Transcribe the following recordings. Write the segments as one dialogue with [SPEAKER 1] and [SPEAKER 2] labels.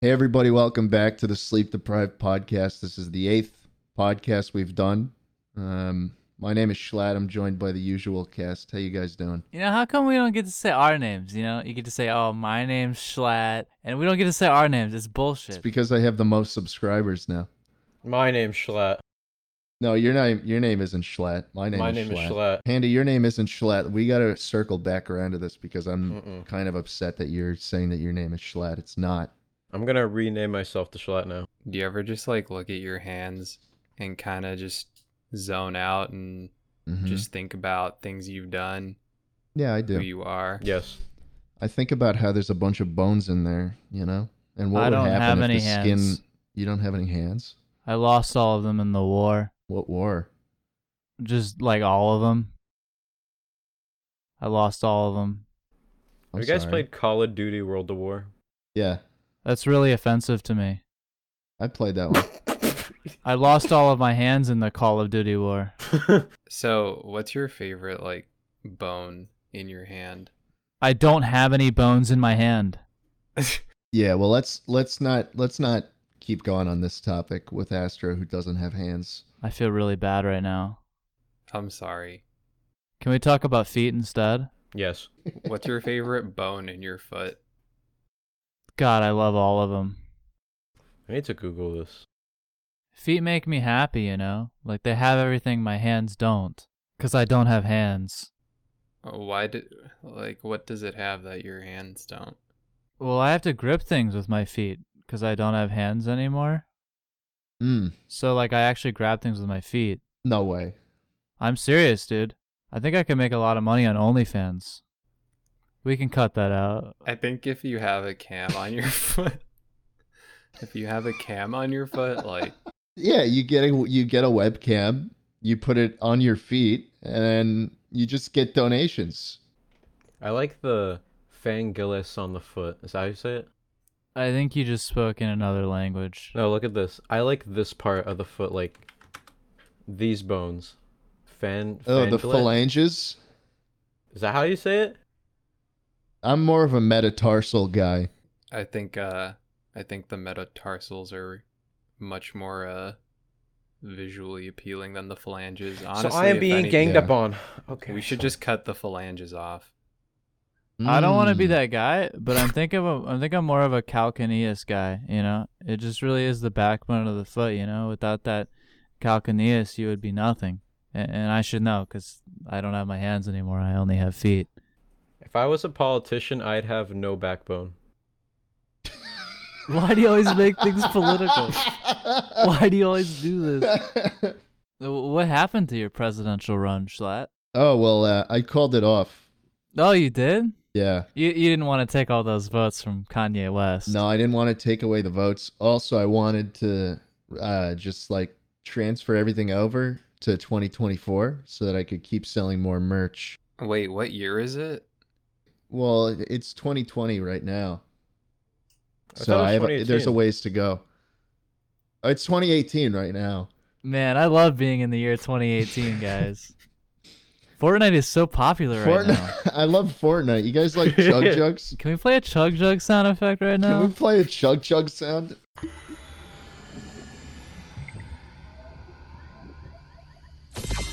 [SPEAKER 1] Hey, everybody, welcome back to the Sleep Deprived Podcast. This is the eighth podcast we've done. Um, my name is Schlatt. I'm joined by the usual cast. How you guys doing?
[SPEAKER 2] You know, how come we don't get to say our names? You know, you get to say, oh, my name's Schlatt, and we don't get to say our names. It's
[SPEAKER 1] It's
[SPEAKER 2] bullshit.
[SPEAKER 1] because I have the most subscribers now.
[SPEAKER 3] My name's Schlatt.
[SPEAKER 1] No, your name your name isn't Schlatt. My name
[SPEAKER 3] My
[SPEAKER 1] is
[SPEAKER 3] name
[SPEAKER 1] Schlatt.
[SPEAKER 3] is Schlatt.
[SPEAKER 1] Handy, your name isn't Schlatt. We got to circle back around to this because I'm
[SPEAKER 3] Mm-mm.
[SPEAKER 1] kind of upset that you're saying that your name is Schlatt. It's not.
[SPEAKER 3] I'm gonna rename myself to Schlatt now.
[SPEAKER 4] Do you ever just like look at your hands and kind of just zone out and
[SPEAKER 1] Mhm.
[SPEAKER 4] just think about things you've done,
[SPEAKER 1] yeah, I
[SPEAKER 4] who
[SPEAKER 1] do.
[SPEAKER 4] you are?
[SPEAKER 3] Yes.
[SPEAKER 1] I think about how there's a bunch of bones in there, you know, and what
[SPEAKER 2] I
[SPEAKER 1] would
[SPEAKER 2] don't
[SPEAKER 1] happen
[SPEAKER 2] have
[SPEAKER 1] if
[SPEAKER 2] any
[SPEAKER 1] the
[SPEAKER 2] hands.
[SPEAKER 1] skin. You don't have any hands.
[SPEAKER 2] I lost all of them in the war,
[SPEAKER 1] What war?
[SPEAKER 2] just like all of them. I lost all of them.
[SPEAKER 1] I'm
[SPEAKER 3] Have you guys
[SPEAKER 1] sorry.
[SPEAKER 3] played Call of Duty World of War?
[SPEAKER 1] Yeah,
[SPEAKER 2] That's really offensive to me.
[SPEAKER 1] I played that one.
[SPEAKER 2] I lost all of my hands in the Call of Duty war.
[SPEAKER 4] So, what's your favorite like bone in your hand?
[SPEAKER 2] I don't have any bones in my hand.
[SPEAKER 1] yeah, well, let's let's not let's not keep going on this topic with Astro, who doesn't have hands.
[SPEAKER 2] I feel really bad right now.
[SPEAKER 4] I'm sorry.
[SPEAKER 2] Can we talk about feet instead?
[SPEAKER 3] yes.
[SPEAKER 4] What's your favorite bone in your foot?
[SPEAKER 2] God, I love all of them.
[SPEAKER 3] I need to Google this.
[SPEAKER 2] Feet make me happy, you know? Like they have everything my hands don't. Cause I don't have hands.
[SPEAKER 4] Uh, Why did like what does it have that your hands don't?
[SPEAKER 2] Well, I have to grip things with my feet because I don't have hands anymore.
[SPEAKER 1] Mm,
[SPEAKER 2] So, like, I actually grab things with my feet.
[SPEAKER 1] no way.
[SPEAKER 2] I'm serious, dude. I think I can make a lot of money on OnlyFans. We can cut that out.
[SPEAKER 4] I think if you have a cam on your foot, if you have a cam on your foot, like
[SPEAKER 1] Yeah, you get a you get a webcam, you put it on your feet, and you just get donations.
[SPEAKER 3] I like the fangillis on the foot. Is that how you say it?
[SPEAKER 2] I think you just spoke in another language.
[SPEAKER 3] No, look at this. I like this part of the foot, like these bones. Fan.
[SPEAKER 1] Oh, the
[SPEAKER 3] fangulate?
[SPEAKER 1] phalanges.
[SPEAKER 3] Is that how you say it?
[SPEAKER 1] I'm more of a metatarsal guy.
[SPEAKER 4] I think uh I think the metatarsals are much more uh visually appealing than the phalanges. Honestly,
[SPEAKER 3] so I am
[SPEAKER 4] if
[SPEAKER 3] being
[SPEAKER 4] anything,
[SPEAKER 3] ganged
[SPEAKER 1] Yeah.
[SPEAKER 3] up on. Okay.
[SPEAKER 4] We should just cut the phalanges off.
[SPEAKER 2] I don't want to be
[SPEAKER 1] Mm.
[SPEAKER 2] that guy, but I'm thinking of a, I think I'm more of a calcaneus guy. You know, it just really is the backbone of the foot. You know, without that calcaneus, you would be nothing. And, and I should know because I don't have my hands anymore. I only have feet.
[SPEAKER 3] If I was a politician, I'd have no backbone.
[SPEAKER 2] Why do you
[SPEAKER 1] Hmm.
[SPEAKER 2] always make things political? Why do you always do this? Wh- What happened to your presidential run, Schlatt?
[SPEAKER 1] oh well, uh, I called it off.
[SPEAKER 2] Oh, you did?
[SPEAKER 1] Yeah.
[SPEAKER 2] You you didn't want to take all those votes from Kanye West.
[SPEAKER 1] No, I didn't want to take away the votes. Also, I wanted to uh, just like transfer everything over to 2024 so that I could keep selling more merch.
[SPEAKER 4] Wait, what year is it?
[SPEAKER 1] Well, it- it's 2020 right now,
[SPEAKER 3] I
[SPEAKER 1] so
[SPEAKER 3] thought it was
[SPEAKER 1] I have a, there's a
[SPEAKER 3] 2018.
[SPEAKER 1] ways to go. It's 2018 right now.
[SPEAKER 2] Man, I love being in the year 2018, guys. Fortnite is so popular right now.
[SPEAKER 1] Fortnite, I love Fortnite. You guys like chug jugs?
[SPEAKER 2] Can we play a chug jug sound effect right
[SPEAKER 1] Can
[SPEAKER 2] now?
[SPEAKER 1] we play a chug chug sound?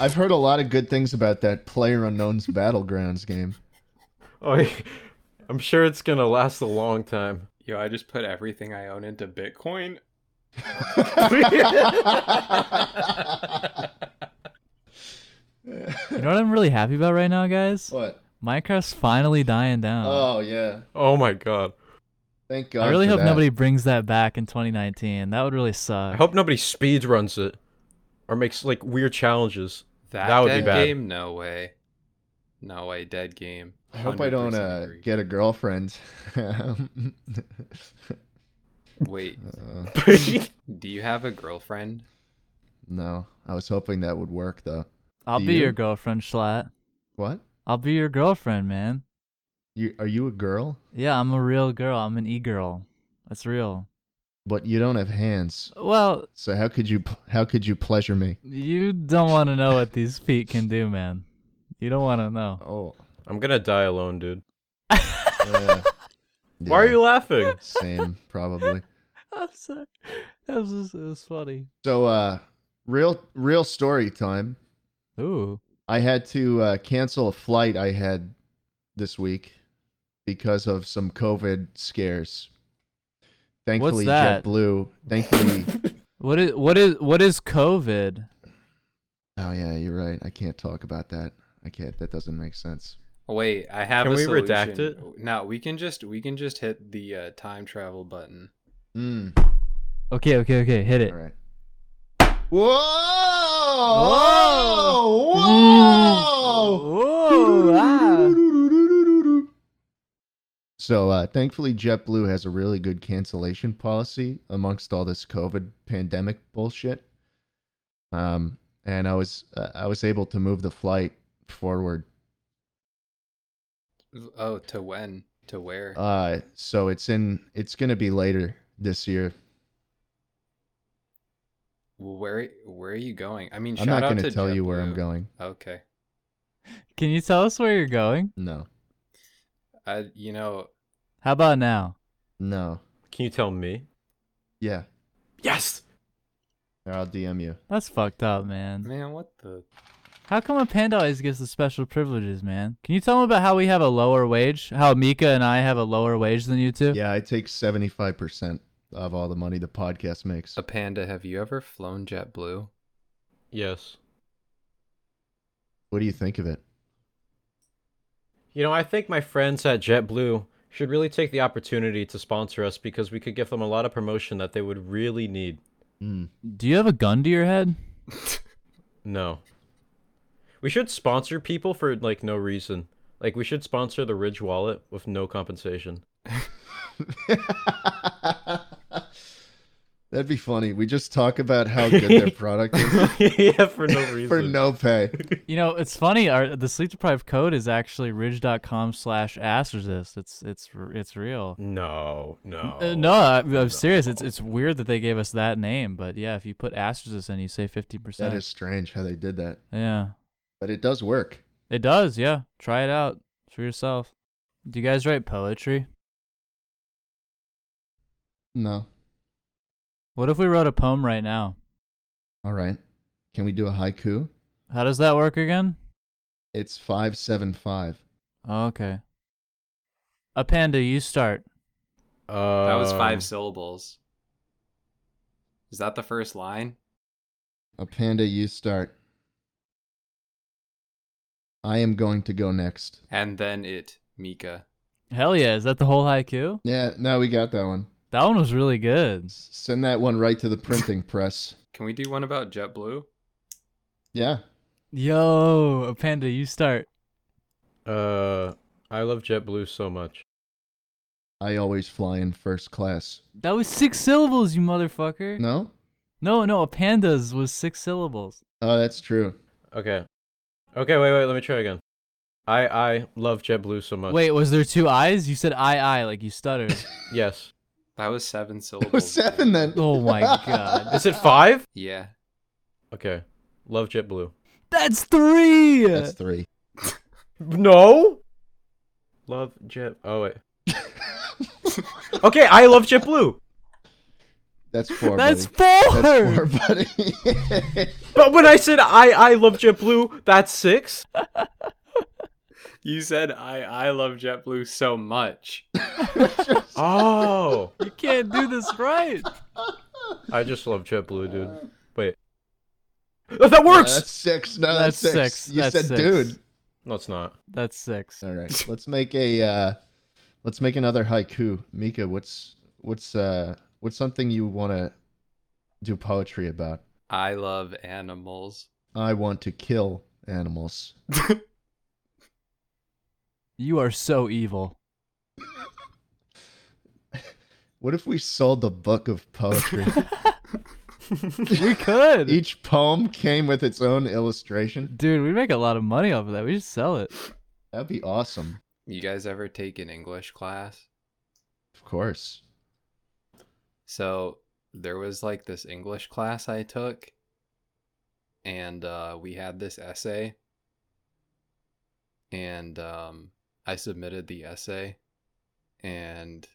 [SPEAKER 1] I've heard a lot of good things about that Player Unknown's Battlegrounds game.
[SPEAKER 3] Oh, yeah. I'm sure it's gonna last a long time.
[SPEAKER 4] Yo, I just put everything I own into Bitcoin.
[SPEAKER 2] You know what I'm really happy about right now, guys?
[SPEAKER 1] what?
[SPEAKER 2] Minecraft's finally dying down.
[SPEAKER 1] Oh yeah.
[SPEAKER 3] Oh my god.
[SPEAKER 1] Thank God.
[SPEAKER 2] Uh, I really
[SPEAKER 1] for
[SPEAKER 2] hope
[SPEAKER 1] that.
[SPEAKER 2] nobody brings that back in 2019. That would really suck.
[SPEAKER 3] I hope nobody speed runs it or makes like weird challenges.
[SPEAKER 4] That,
[SPEAKER 3] That would be
[SPEAKER 4] dead
[SPEAKER 3] bad.
[SPEAKER 4] game? No way. No way, dead game.
[SPEAKER 1] I hope I don't
[SPEAKER 4] 100%
[SPEAKER 1] uh,
[SPEAKER 4] agree.
[SPEAKER 1] get a girlfriend. uh,
[SPEAKER 4] Wait, do you have a girlfriend?
[SPEAKER 1] no, I was hoping that would work though.
[SPEAKER 2] I'll
[SPEAKER 1] Do
[SPEAKER 2] be
[SPEAKER 1] you?
[SPEAKER 2] your girlfriend, Schlatt.
[SPEAKER 1] What?
[SPEAKER 2] I'll be your girlfriend, man.
[SPEAKER 1] You are you a girl?
[SPEAKER 2] Yeah, I'm a real girl. I'm an e-girl. That's real.
[SPEAKER 1] But you don't have hands.
[SPEAKER 2] Well,
[SPEAKER 1] So how could you how could you pleasure me?
[SPEAKER 2] you don't want to know what these feet can do, man. You don't want to know.
[SPEAKER 1] Oh.
[SPEAKER 3] I'm gonna die alone, dude.
[SPEAKER 1] uh,
[SPEAKER 3] Why are
[SPEAKER 1] yeah,
[SPEAKER 3] you laughing?
[SPEAKER 1] same probably?
[SPEAKER 2] I'm sorry. That was just, it was funny.
[SPEAKER 1] So uh real real story time.
[SPEAKER 2] Ooh.
[SPEAKER 1] I had to uh, cancel a flight I had this week because of some COVID scares. Thankfully,
[SPEAKER 2] that?
[SPEAKER 1] JetBlue. Thankfully,
[SPEAKER 2] What is what is what is COVID?
[SPEAKER 1] oh yeah, you're right. I can't talk about that. I can't. That doesn't make sense.
[SPEAKER 4] Wait, I have.
[SPEAKER 3] Can
[SPEAKER 4] a
[SPEAKER 3] we redact
[SPEAKER 4] solution. No, we can just we can just hit the uh, time travel button.
[SPEAKER 1] Mm,
[SPEAKER 2] Okay, okay, okay. Hit
[SPEAKER 1] all
[SPEAKER 2] it.
[SPEAKER 1] right. Whoa! Whoa!
[SPEAKER 2] Mm.
[SPEAKER 1] Whoa!
[SPEAKER 2] Whoa! ah.
[SPEAKER 1] So uh, thankfully, JetBlue has a really good cancellation policy amongst all this COVID pandemic bullshit. Um, and I was uh, I was able to move the flight forward.
[SPEAKER 4] Oh, to when? To where?
[SPEAKER 1] Uh, so it's in it's gonna be later this year.
[SPEAKER 4] where where are you going? I mean,
[SPEAKER 1] I'm
[SPEAKER 4] shout
[SPEAKER 1] not
[SPEAKER 4] out
[SPEAKER 1] gonna
[SPEAKER 4] to
[SPEAKER 1] tell you where I'm
[SPEAKER 4] JetBlue.
[SPEAKER 1] going.
[SPEAKER 4] Okay,
[SPEAKER 2] Can you tell us where you're going?
[SPEAKER 1] No,
[SPEAKER 4] I you know
[SPEAKER 2] How about now?
[SPEAKER 1] no,
[SPEAKER 3] Can you tell me?
[SPEAKER 1] yeah,
[SPEAKER 3] Yes.
[SPEAKER 1] or I'll DM you.
[SPEAKER 2] That's fucked up, man.
[SPEAKER 4] man, what the
[SPEAKER 2] How come a panda always gets the special privileges, man? Can you tell them about how we have a lower wage? How Mika and I have a lower wage than you two?
[SPEAKER 1] Yeah, I take seventy five percent of all the money the podcast makes.
[SPEAKER 4] a panda? Have you ever flown JetBlue?
[SPEAKER 3] Yes.
[SPEAKER 1] What do you think of it?
[SPEAKER 3] You know, I think my friends at JetBlue should really take the opportunity to sponsor us because we could give them a lot of promotion that they would really need.
[SPEAKER 1] Mm.
[SPEAKER 2] Do you have a gun to your head?
[SPEAKER 3] No. We should sponsor people for like no reason. Like we should sponsor the Ridge Wallet with no compensation.
[SPEAKER 1] That'd be funny. We just talk about how good their product is
[SPEAKER 3] yeah, for no reason.
[SPEAKER 1] for no pay.
[SPEAKER 2] You know, it's funny. Our, the sleep deprived code is actually ridge.com slash ass resist. It's it's r- it's real.
[SPEAKER 3] No, no.
[SPEAKER 1] Oh,
[SPEAKER 2] Uh, no, I, I'm serious. It's it's weird that they gave us that name, but yeah, if you put ass resist in, you say 50%.
[SPEAKER 1] That is strange how they did that,
[SPEAKER 2] yeah,
[SPEAKER 1] but it does work.
[SPEAKER 2] it does. Yeah, try it out for yourself. Do you guys write poetry?
[SPEAKER 1] No.
[SPEAKER 2] What if we wrote a poem right now?
[SPEAKER 1] All right. Can we do a haiku?
[SPEAKER 2] How does that work again?
[SPEAKER 1] It's 575.
[SPEAKER 2] Okay. A panda, you start.
[SPEAKER 3] Uh,
[SPEAKER 4] That was
[SPEAKER 1] Um,
[SPEAKER 4] five syllables. Is that the first line?
[SPEAKER 1] A panda, you start. I am going to go next.
[SPEAKER 4] And then it, Mika.
[SPEAKER 2] Hell yeah! Is that the whole haiku?
[SPEAKER 1] Yeah, no, we got that one.
[SPEAKER 2] That one was really good.
[SPEAKER 1] S- Send that one right to the printing press.
[SPEAKER 4] Can we do one about JetBlue?
[SPEAKER 1] Yeah.
[SPEAKER 2] Yo, a panda, you start.
[SPEAKER 3] Uh, I love JetBlue so much.
[SPEAKER 1] I always fly in first class.
[SPEAKER 2] That was six syllables, you motherfucker.
[SPEAKER 1] No?
[SPEAKER 2] No, no, a panda's was six syllables.
[SPEAKER 1] Oh, that's true.
[SPEAKER 3] Okay. Okay, wait, wait. Let me try again. I I love JetBlue so much.
[SPEAKER 2] Wait, was there two eyes? You said I, I, like you stuttered.
[SPEAKER 3] Yes.
[SPEAKER 4] That was seven syllables.
[SPEAKER 1] It was seven then.
[SPEAKER 2] Oh my God.
[SPEAKER 3] Is it five?
[SPEAKER 4] Yeah.
[SPEAKER 3] Okay. Love JetBlue.
[SPEAKER 2] That's three.
[SPEAKER 1] That's three.
[SPEAKER 3] No. Love Jet. Oh wait. okay, I love JetBlue.
[SPEAKER 1] That's four.
[SPEAKER 2] That's
[SPEAKER 1] buddy.
[SPEAKER 2] four.
[SPEAKER 1] That's four, buddy.
[SPEAKER 3] But when I said I I love JetBlue, that's six.
[SPEAKER 4] You said I I love JetBlue so much.
[SPEAKER 3] Oh,
[SPEAKER 2] You can't do this right.
[SPEAKER 3] I just love JetBlue, dude. Wait. Oh, that works.
[SPEAKER 1] That's six. No, that's,
[SPEAKER 2] That's
[SPEAKER 1] six.
[SPEAKER 2] six.
[SPEAKER 1] You
[SPEAKER 2] That's
[SPEAKER 1] said
[SPEAKER 2] six.
[SPEAKER 1] dude.
[SPEAKER 3] no, it's not.
[SPEAKER 2] That's six.
[SPEAKER 1] All right. Let's make a uh let's make another haiku. Mika, what's what's uh what's something you wanna do poetry about?
[SPEAKER 4] I love animals.
[SPEAKER 1] I want to kill animals.
[SPEAKER 2] You are so evil.
[SPEAKER 1] What if we sold the book of poetry?
[SPEAKER 2] We could.
[SPEAKER 1] Each poem came with its own illustration.
[SPEAKER 2] Dude, we make a lot of money off of that. We just sell it.
[SPEAKER 1] That'd be awesome.
[SPEAKER 4] You guys ever take an English class?
[SPEAKER 1] Of course.
[SPEAKER 4] So there was like this English class I took, and uh, we had this essay, and um, I submitted the essay, and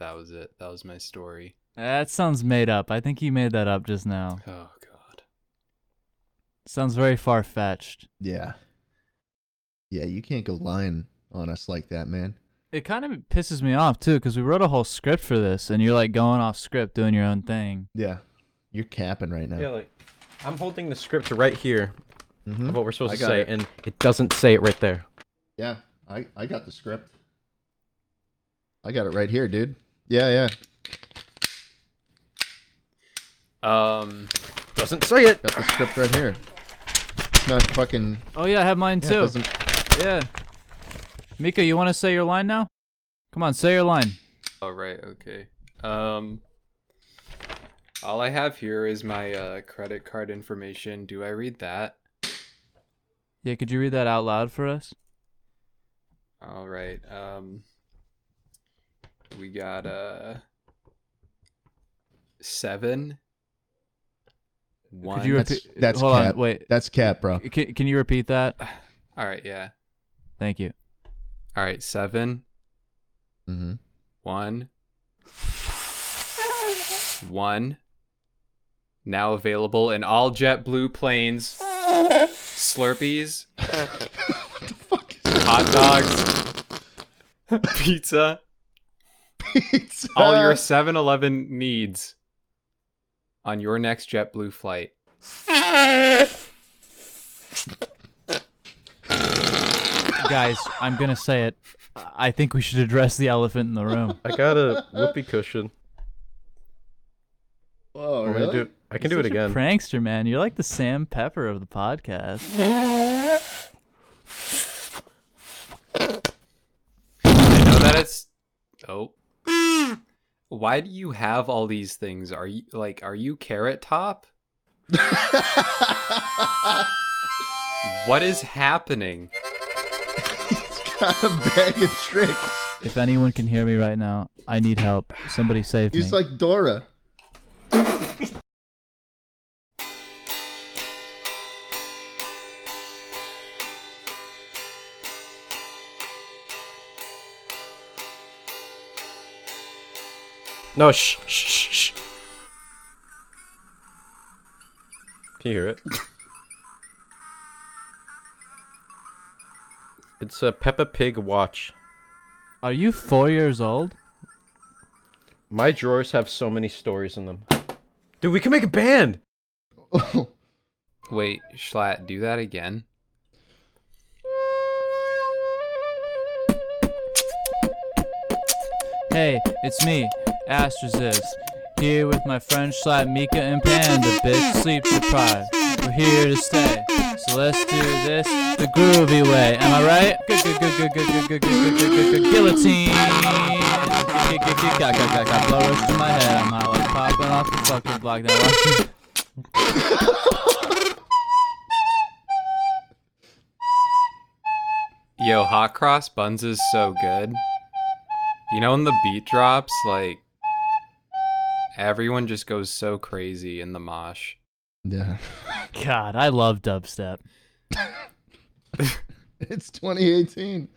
[SPEAKER 4] That was it. That was my story.
[SPEAKER 2] That sounds made up. I think he made that up just now.
[SPEAKER 4] Oh god.
[SPEAKER 2] Sounds very far fetched.
[SPEAKER 1] Yeah. Yeah, you can't go lying on us like that, man.
[SPEAKER 2] It kind of pisses me off too, because we wrote a whole script for this, and you're like going off script, doing your own thing.
[SPEAKER 1] Yeah. You're capping right now.
[SPEAKER 3] Yeah, like I'm holding the script right here
[SPEAKER 1] Mhm.
[SPEAKER 3] of what we're supposed
[SPEAKER 1] I
[SPEAKER 3] to
[SPEAKER 1] got
[SPEAKER 3] say,
[SPEAKER 1] it.
[SPEAKER 3] and it doesn't say it right there.
[SPEAKER 1] Yeah, I, I got the script. I got it right here, dude. Yeah, yeah.
[SPEAKER 4] Um
[SPEAKER 3] Doesn't say it.
[SPEAKER 1] Got the script right here. It's not fucking.
[SPEAKER 2] Oh yeah, I have mine
[SPEAKER 1] Yeah, it
[SPEAKER 2] too.
[SPEAKER 1] doesn't-
[SPEAKER 2] Yeah. Mika, you want to say your line now? Come on, say your line.
[SPEAKER 4] all oh, right, okay. Um all I have here is my uh, credit card information. Do I read that?
[SPEAKER 2] Yeah, could you read that out loud for us?
[SPEAKER 4] All right. Um, we got uh seven. One.
[SPEAKER 2] Could you
[SPEAKER 1] That's-
[SPEAKER 2] repeat?
[SPEAKER 1] that's
[SPEAKER 2] Hold
[SPEAKER 1] cap.
[SPEAKER 2] on, wait.
[SPEAKER 1] that's cap, bro.
[SPEAKER 2] Can, can you repeat that?
[SPEAKER 4] All right. Yeah.
[SPEAKER 2] Thank you.
[SPEAKER 4] All right. Seven.
[SPEAKER 1] Mm-hmm.
[SPEAKER 4] One. One. Now available in all JetBlue planes. Slurpees,
[SPEAKER 1] what the fuck is
[SPEAKER 4] hot dogs, pizza,
[SPEAKER 1] pizza?
[SPEAKER 4] all your 7-Eleven needs on your next JetBlue flight.
[SPEAKER 2] Guys, I'm gonna say it. I think we should address the elephant in the room.
[SPEAKER 3] I got a whoopee cushion.
[SPEAKER 1] Whoa,
[SPEAKER 3] I'm gonna
[SPEAKER 1] really?
[SPEAKER 3] do- I can do
[SPEAKER 2] You're
[SPEAKER 3] it
[SPEAKER 2] such a
[SPEAKER 3] again.
[SPEAKER 2] prankster, man. You're like the Sam Pepper of the podcast.
[SPEAKER 4] I know that it's. Oh. Why do you have all these things? Are you like, are you carrot top? What is happening?
[SPEAKER 1] He's got a bag of tricks.
[SPEAKER 2] If anyone can hear me right now, I need help. Somebody save me.
[SPEAKER 1] He's like Dora.
[SPEAKER 3] No, shh, shh, shh, shh. Can you hear it? it's a Peppa Pig watch.
[SPEAKER 2] Are you four years old?
[SPEAKER 3] My drawers have so many stories in them. Dude, we can make a band.
[SPEAKER 4] Wait, Schlatt, do that again.
[SPEAKER 2] Hey, it's me, Astrozist, here with my friend Schlatt, Mika, and Panda, bitch sleep deprived. We're here to stay, so let's do this the groovy way. Am I right? Gu- gu- gu- gu- gu- gu- gu- gu- gu- gu- gu- Guillotine. Gu- gu- gu- gu- gu- gu- gu- gu- Blow rush to my head. I'm hot like popping off the fucking block. Now watch me.
[SPEAKER 4] Yo, hot cross buns is so good. You know, when the beat drops, like, everyone just goes so crazy in the mosh.
[SPEAKER 1] yeah.
[SPEAKER 2] God, I love dubstep.
[SPEAKER 1] It's 2018.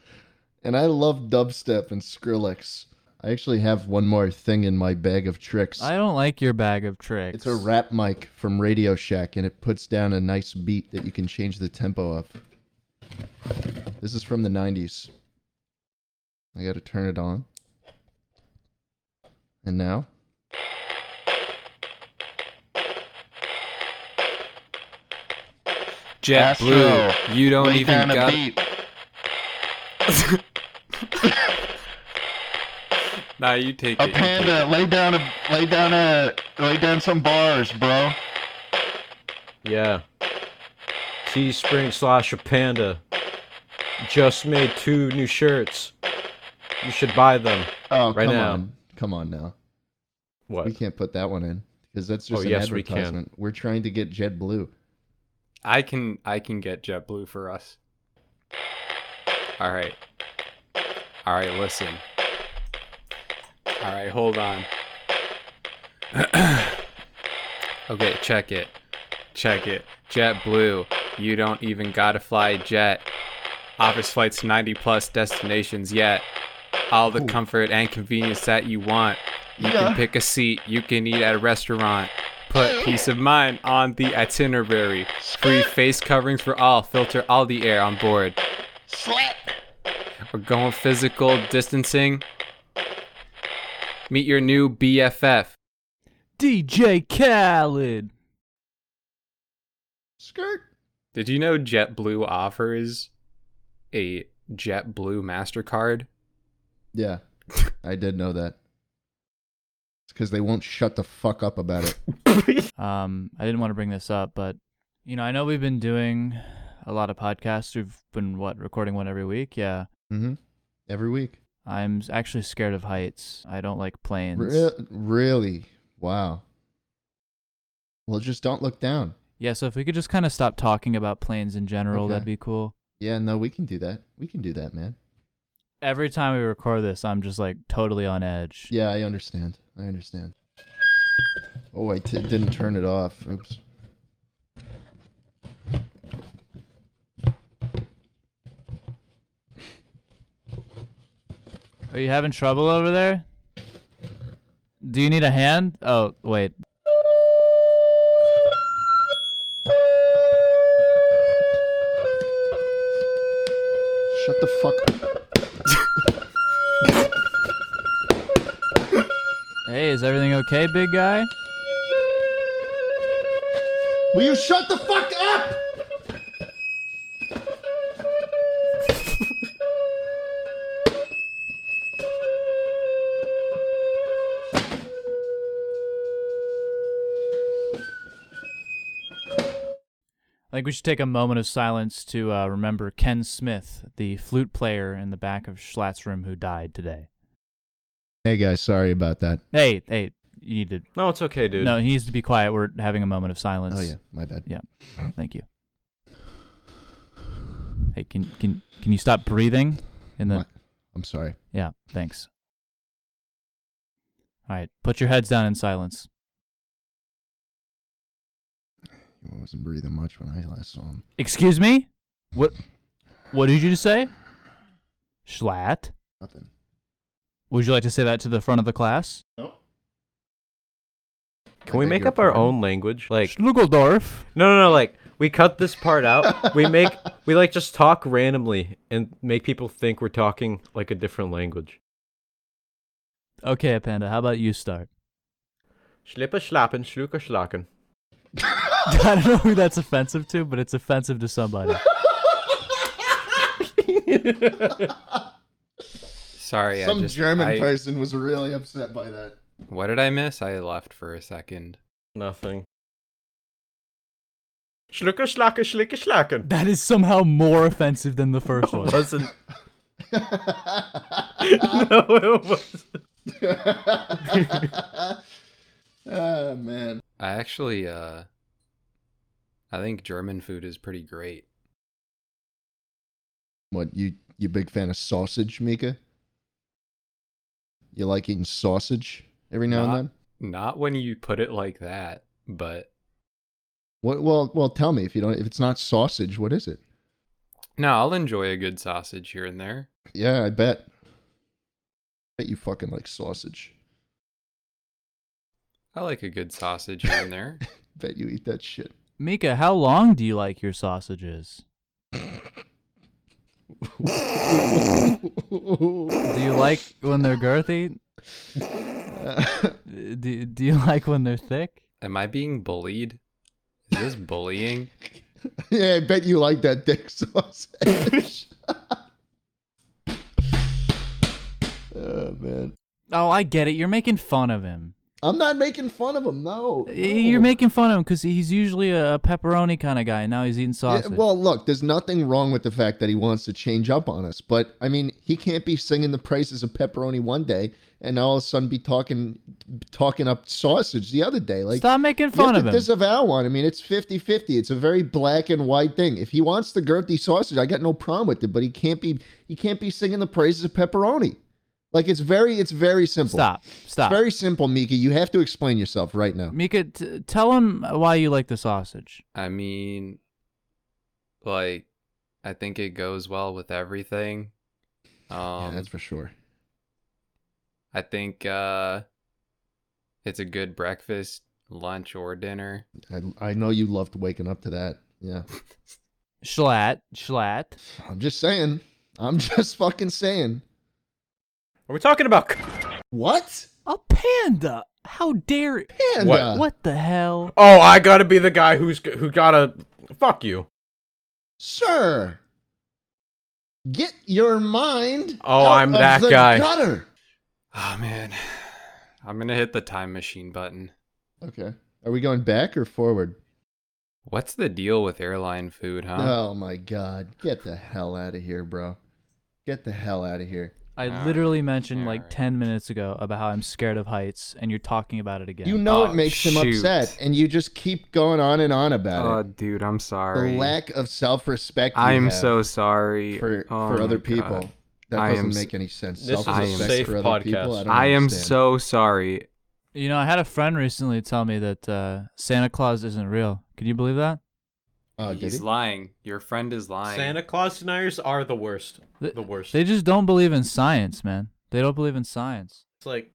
[SPEAKER 1] And I love dubstep and Skrillex. I actually have one more thing in my bag of tricks.
[SPEAKER 2] I don't like your bag of tricks.
[SPEAKER 1] It's a rap mic from Radio Shack, and it puts down a nice beat that you can change the tempo of. This is from the 90s. I gotta turn it on. And now?
[SPEAKER 4] Jet Blue, you don't even got. Nah, you take it. you take it.
[SPEAKER 5] lay down a lay down a lay down some bars, bro.
[SPEAKER 3] Yeah. Teespring slash a panda. Just made two new shirts. You should buy them.
[SPEAKER 1] Oh,
[SPEAKER 3] Right
[SPEAKER 1] come
[SPEAKER 3] now.
[SPEAKER 1] on. Come on now. We
[SPEAKER 3] What?
[SPEAKER 1] can't put that one in because that's just
[SPEAKER 3] Oh,
[SPEAKER 1] an
[SPEAKER 3] yes, we can.
[SPEAKER 1] advertisement. We are trying to get JetBlue.
[SPEAKER 4] I can I can get JetBlue for us. All right. All right, listen. All right, hold on. okay, check it. Check it. JetBlue, you don't even got to fly jet. Office flights 90 plus destinations yet. all the
[SPEAKER 1] Ooh.
[SPEAKER 4] comfort and convenience that you want. You
[SPEAKER 5] Yeah.
[SPEAKER 4] can pick a seat, you can eat at a restaurant. Put peace of mind on the itinerary. Free face coverings for all, filter all the air on board.
[SPEAKER 5] Slap.
[SPEAKER 4] We're going physical distancing. Meet your new BFF.
[SPEAKER 2] DJ Khaled.
[SPEAKER 1] Skirt.
[SPEAKER 4] Did you know JetBlue offers a JetBlue MasterCard?
[SPEAKER 1] Yeah, I did know that. It's because they won't shut the fuck up about it.
[SPEAKER 2] Um, I didn't want to bring this up, but you know, I know we've been doing a lot of podcasts. We've been what recording one every week. Yeah,
[SPEAKER 3] Mm-hmm.
[SPEAKER 1] hmm Every week.
[SPEAKER 2] I'm s- actually scared of heights. I don't like planes.
[SPEAKER 1] Re- really? Wow. Well, just don't look down.
[SPEAKER 2] Yeah, so if we could just kind of stop talking about planes in general,
[SPEAKER 1] Okay.
[SPEAKER 2] that'd be cool.
[SPEAKER 1] Yeah, no, we can do that. We can do that, man.
[SPEAKER 2] Every time we record this, I'm just like totally on edge.
[SPEAKER 1] Yeah, I understand. I understand. Oh, I t- didn't turn it off. Oops.
[SPEAKER 2] Are you having trouble over there? Do you need a hand? Oh, wait.
[SPEAKER 1] Shut the fuck up.
[SPEAKER 2] Hey, is everything okay, big guy?
[SPEAKER 1] Will you shut the fuck up?
[SPEAKER 2] I think we should take a moment of silence to uh, remember Ken Smith, the flute player in the back of Schlatt's room who died today.
[SPEAKER 1] Hey, guys, sorry about that.
[SPEAKER 2] Hey, hey, you need to.
[SPEAKER 3] No, it's okay, dude.
[SPEAKER 2] No, he needs to be quiet. We're having a moment of silence.
[SPEAKER 1] Oh, yeah, my bad.
[SPEAKER 2] Thank you. Hey, can can can you stop breathing? In the
[SPEAKER 1] What? I'm sorry.
[SPEAKER 2] yeah, thanks. All right, put your heads down in silence.
[SPEAKER 1] I wasn't breathing much when I last saw him.
[SPEAKER 2] Excuse me? What what did you just say? Schlatt?
[SPEAKER 1] Nothing.
[SPEAKER 2] Would you like to say that to the front of the class?
[SPEAKER 3] Can we
[SPEAKER 1] I beg
[SPEAKER 3] make
[SPEAKER 1] your
[SPEAKER 3] up our
[SPEAKER 1] pardon?
[SPEAKER 3] own language? Like,
[SPEAKER 2] Schlugeldorf.
[SPEAKER 3] no, no, no. Like, we cut this part out. We make we like just talk randomly and make people think we're talking like a different language.
[SPEAKER 2] Okay, Panda, how about you start?
[SPEAKER 3] Schlipper schlappen, schlucker schlacken.
[SPEAKER 2] I don't know who that's offensive to, but it's offensive to somebody.
[SPEAKER 4] Sorry, I
[SPEAKER 1] Some
[SPEAKER 4] just,
[SPEAKER 1] German
[SPEAKER 4] I-
[SPEAKER 1] person was really upset by that.
[SPEAKER 4] What did I miss? I left for a second.
[SPEAKER 3] Nothing. Schlucker schlacken, schlicker schlacken.
[SPEAKER 2] That is somehow more offensive than the first one.
[SPEAKER 3] Wasn't. no, it was.
[SPEAKER 1] oh man.
[SPEAKER 4] I actually, uh, I think German food is pretty great.
[SPEAKER 1] What you you big fan of sausage, Mika? You like eating sausage every now
[SPEAKER 4] Not-
[SPEAKER 1] and then?
[SPEAKER 4] Not when you put it like that, but
[SPEAKER 1] What well well tell me if you don't if it's not sausage, what is it?
[SPEAKER 4] no, I'll enjoy a good sausage here and there.
[SPEAKER 1] Yeah, I bet. bet you fucking like sausage.
[SPEAKER 4] I like a good sausage here and there.
[SPEAKER 1] Bet you eat that shit.
[SPEAKER 2] Mika, how long do you like your sausages? Do you like when they're girthy? Uh, Do, do you like when they're thick?
[SPEAKER 4] Am I being bullied? Is this bullying?
[SPEAKER 1] yeah, I bet you like that dick sausage. oh man.
[SPEAKER 2] Oh, I get it. You're making fun of him. Oh.
[SPEAKER 1] I'm not making fun of him, no.
[SPEAKER 2] Y- You're
[SPEAKER 1] no.
[SPEAKER 2] making fun of him because he's usually a pepperoni kind of guy. and Now he's eating
[SPEAKER 1] Yeah,
[SPEAKER 2] sausage.
[SPEAKER 1] well, look, there's nothing wrong with the fact that he wants to change up on us, but I mean, he can't be singing the praises of pepperoni one day and all of a sudden be talking talking up sausage the other day. Like
[SPEAKER 2] Stop making
[SPEAKER 1] you have
[SPEAKER 2] fun of
[SPEAKER 1] to
[SPEAKER 2] him.
[SPEAKER 1] disavow one. I mean, it's 50-50. It's a very black and white thing. If he wants the girthy sausage, I got no problem with it. But he can't be he can't be singing the praises of pepperoni. Like it's very it's very simple.
[SPEAKER 2] Stop.
[SPEAKER 1] It's
[SPEAKER 2] Stop.
[SPEAKER 1] very simple, Mika. You have to explain yourself right now.
[SPEAKER 2] Mika, t- tell him why you like the sausage.
[SPEAKER 4] I mean, like, I think it goes well with everything. Um,
[SPEAKER 2] Um,
[SPEAKER 1] yeah, that's for sure.
[SPEAKER 4] I think uh, it's a good breakfast, lunch, or dinner.
[SPEAKER 1] I, I know you loved waking up to that. Yeah.
[SPEAKER 2] Schlatt, schlatt.
[SPEAKER 1] I'm just saying. I'm just fucking saying.
[SPEAKER 3] Are we talking about?
[SPEAKER 1] What?
[SPEAKER 2] A panda? How dare?
[SPEAKER 1] Panda.
[SPEAKER 2] What the hell?
[SPEAKER 3] Oh, I gotta be the guy who's who gotta. Fuck you.
[SPEAKER 1] Sir. Get your mind.
[SPEAKER 3] Oh,
[SPEAKER 1] out
[SPEAKER 3] I'm
[SPEAKER 1] of
[SPEAKER 3] that
[SPEAKER 1] the
[SPEAKER 3] guy.
[SPEAKER 1] gutter.
[SPEAKER 4] Oh man, I'm gonna hit the time machine button.
[SPEAKER 1] Okay. Are we going back or forward?
[SPEAKER 4] What's the deal with airline food, huh?
[SPEAKER 1] Oh my god. Get the hell out of here, bro. Get the hell out of here.
[SPEAKER 2] I
[SPEAKER 4] Alright,
[SPEAKER 2] literally mentioned like
[SPEAKER 4] alright.
[SPEAKER 2] ten minutes ago about how I'm scared of heights, and you're talking about it again.
[SPEAKER 1] You know
[SPEAKER 4] Oh,
[SPEAKER 1] it makes him
[SPEAKER 4] shoot.
[SPEAKER 1] upset, and you just keep going on and on about
[SPEAKER 4] Oh,
[SPEAKER 1] it.
[SPEAKER 4] dude, I'm
[SPEAKER 1] The
[SPEAKER 4] sorry.
[SPEAKER 1] lack of self-respect. you
[SPEAKER 4] I'm
[SPEAKER 1] have
[SPEAKER 4] so sorry
[SPEAKER 1] for
[SPEAKER 4] Oh
[SPEAKER 1] for
[SPEAKER 4] my
[SPEAKER 1] other
[SPEAKER 4] God.
[SPEAKER 1] people. That
[SPEAKER 4] I am
[SPEAKER 1] doesn't
[SPEAKER 4] s-
[SPEAKER 1] make any sense.
[SPEAKER 3] This is a
[SPEAKER 1] Self-respect
[SPEAKER 3] safe
[SPEAKER 1] for other people.
[SPEAKER 3] podcast.
[SPEAKER 1] I, don't
[SPEAKER 4] I am
[SPEAKER 1] understand.
[SPEAKER 4] so sorry.
[SPEAKER 2] You know, I had a friend recently tell me that uh, Santa Claus isn't real. Can you believe that?
[SPEAKER 1] Oh, did
[SPEAKER 4] He's
[SPEAKER 1] he?
[SPEAKER 4] lying. Your friend is lying.
[SPEAKER 3] Santa Claus deniers are the worst.
[SPEAKER 2] Th-
[SPEAKER 3] The worst.
[SPEAKER 2] They just don't believe in science, man. They don't believe in science.
[SPEAKER 3] It's like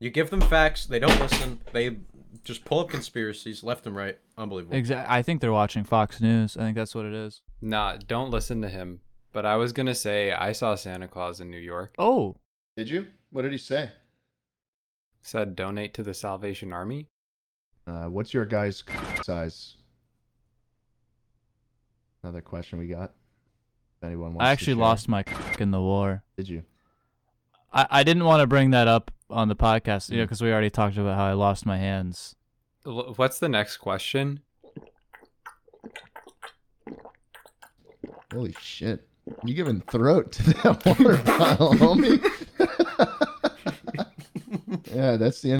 [SPEAKER 3] you give them facts, they don't listen. They just pull up conspiracies left and right. Unbelievable.
[SPEAKER 2] Exa- I think they're watching Fox News. I think that's what it is.
[SPEAKER 4] Nah, don't listen to him. But I was gonna say I saw Santa Claus in New York.
[SPEAKER 2] Oh,
[SPEAKER 1] Did you? What did he say?
[SPEAKER 4] Said donate to the Salvation Army.
[SPEAKER 1] Uh, what's your guy's size? Another question we got. If anyone wants
[SPEAKER 2] I
[SPEAKER 1] to
[SPEAKER 2] actually
[SPEAKER 1] share.
[SPEAKER 2] lost my in the war.
[SPEAKER 1] Did you?
[SPEAKER 2] I, I didn't want to bring that up on the podcast, you know, because we already talked about how I lost my hands.
[SPEAKER 4] L- What's the next question?
[SPEAKER 1] Holy shit! You giving throat to that water bottle, homie? yeah, that's the end.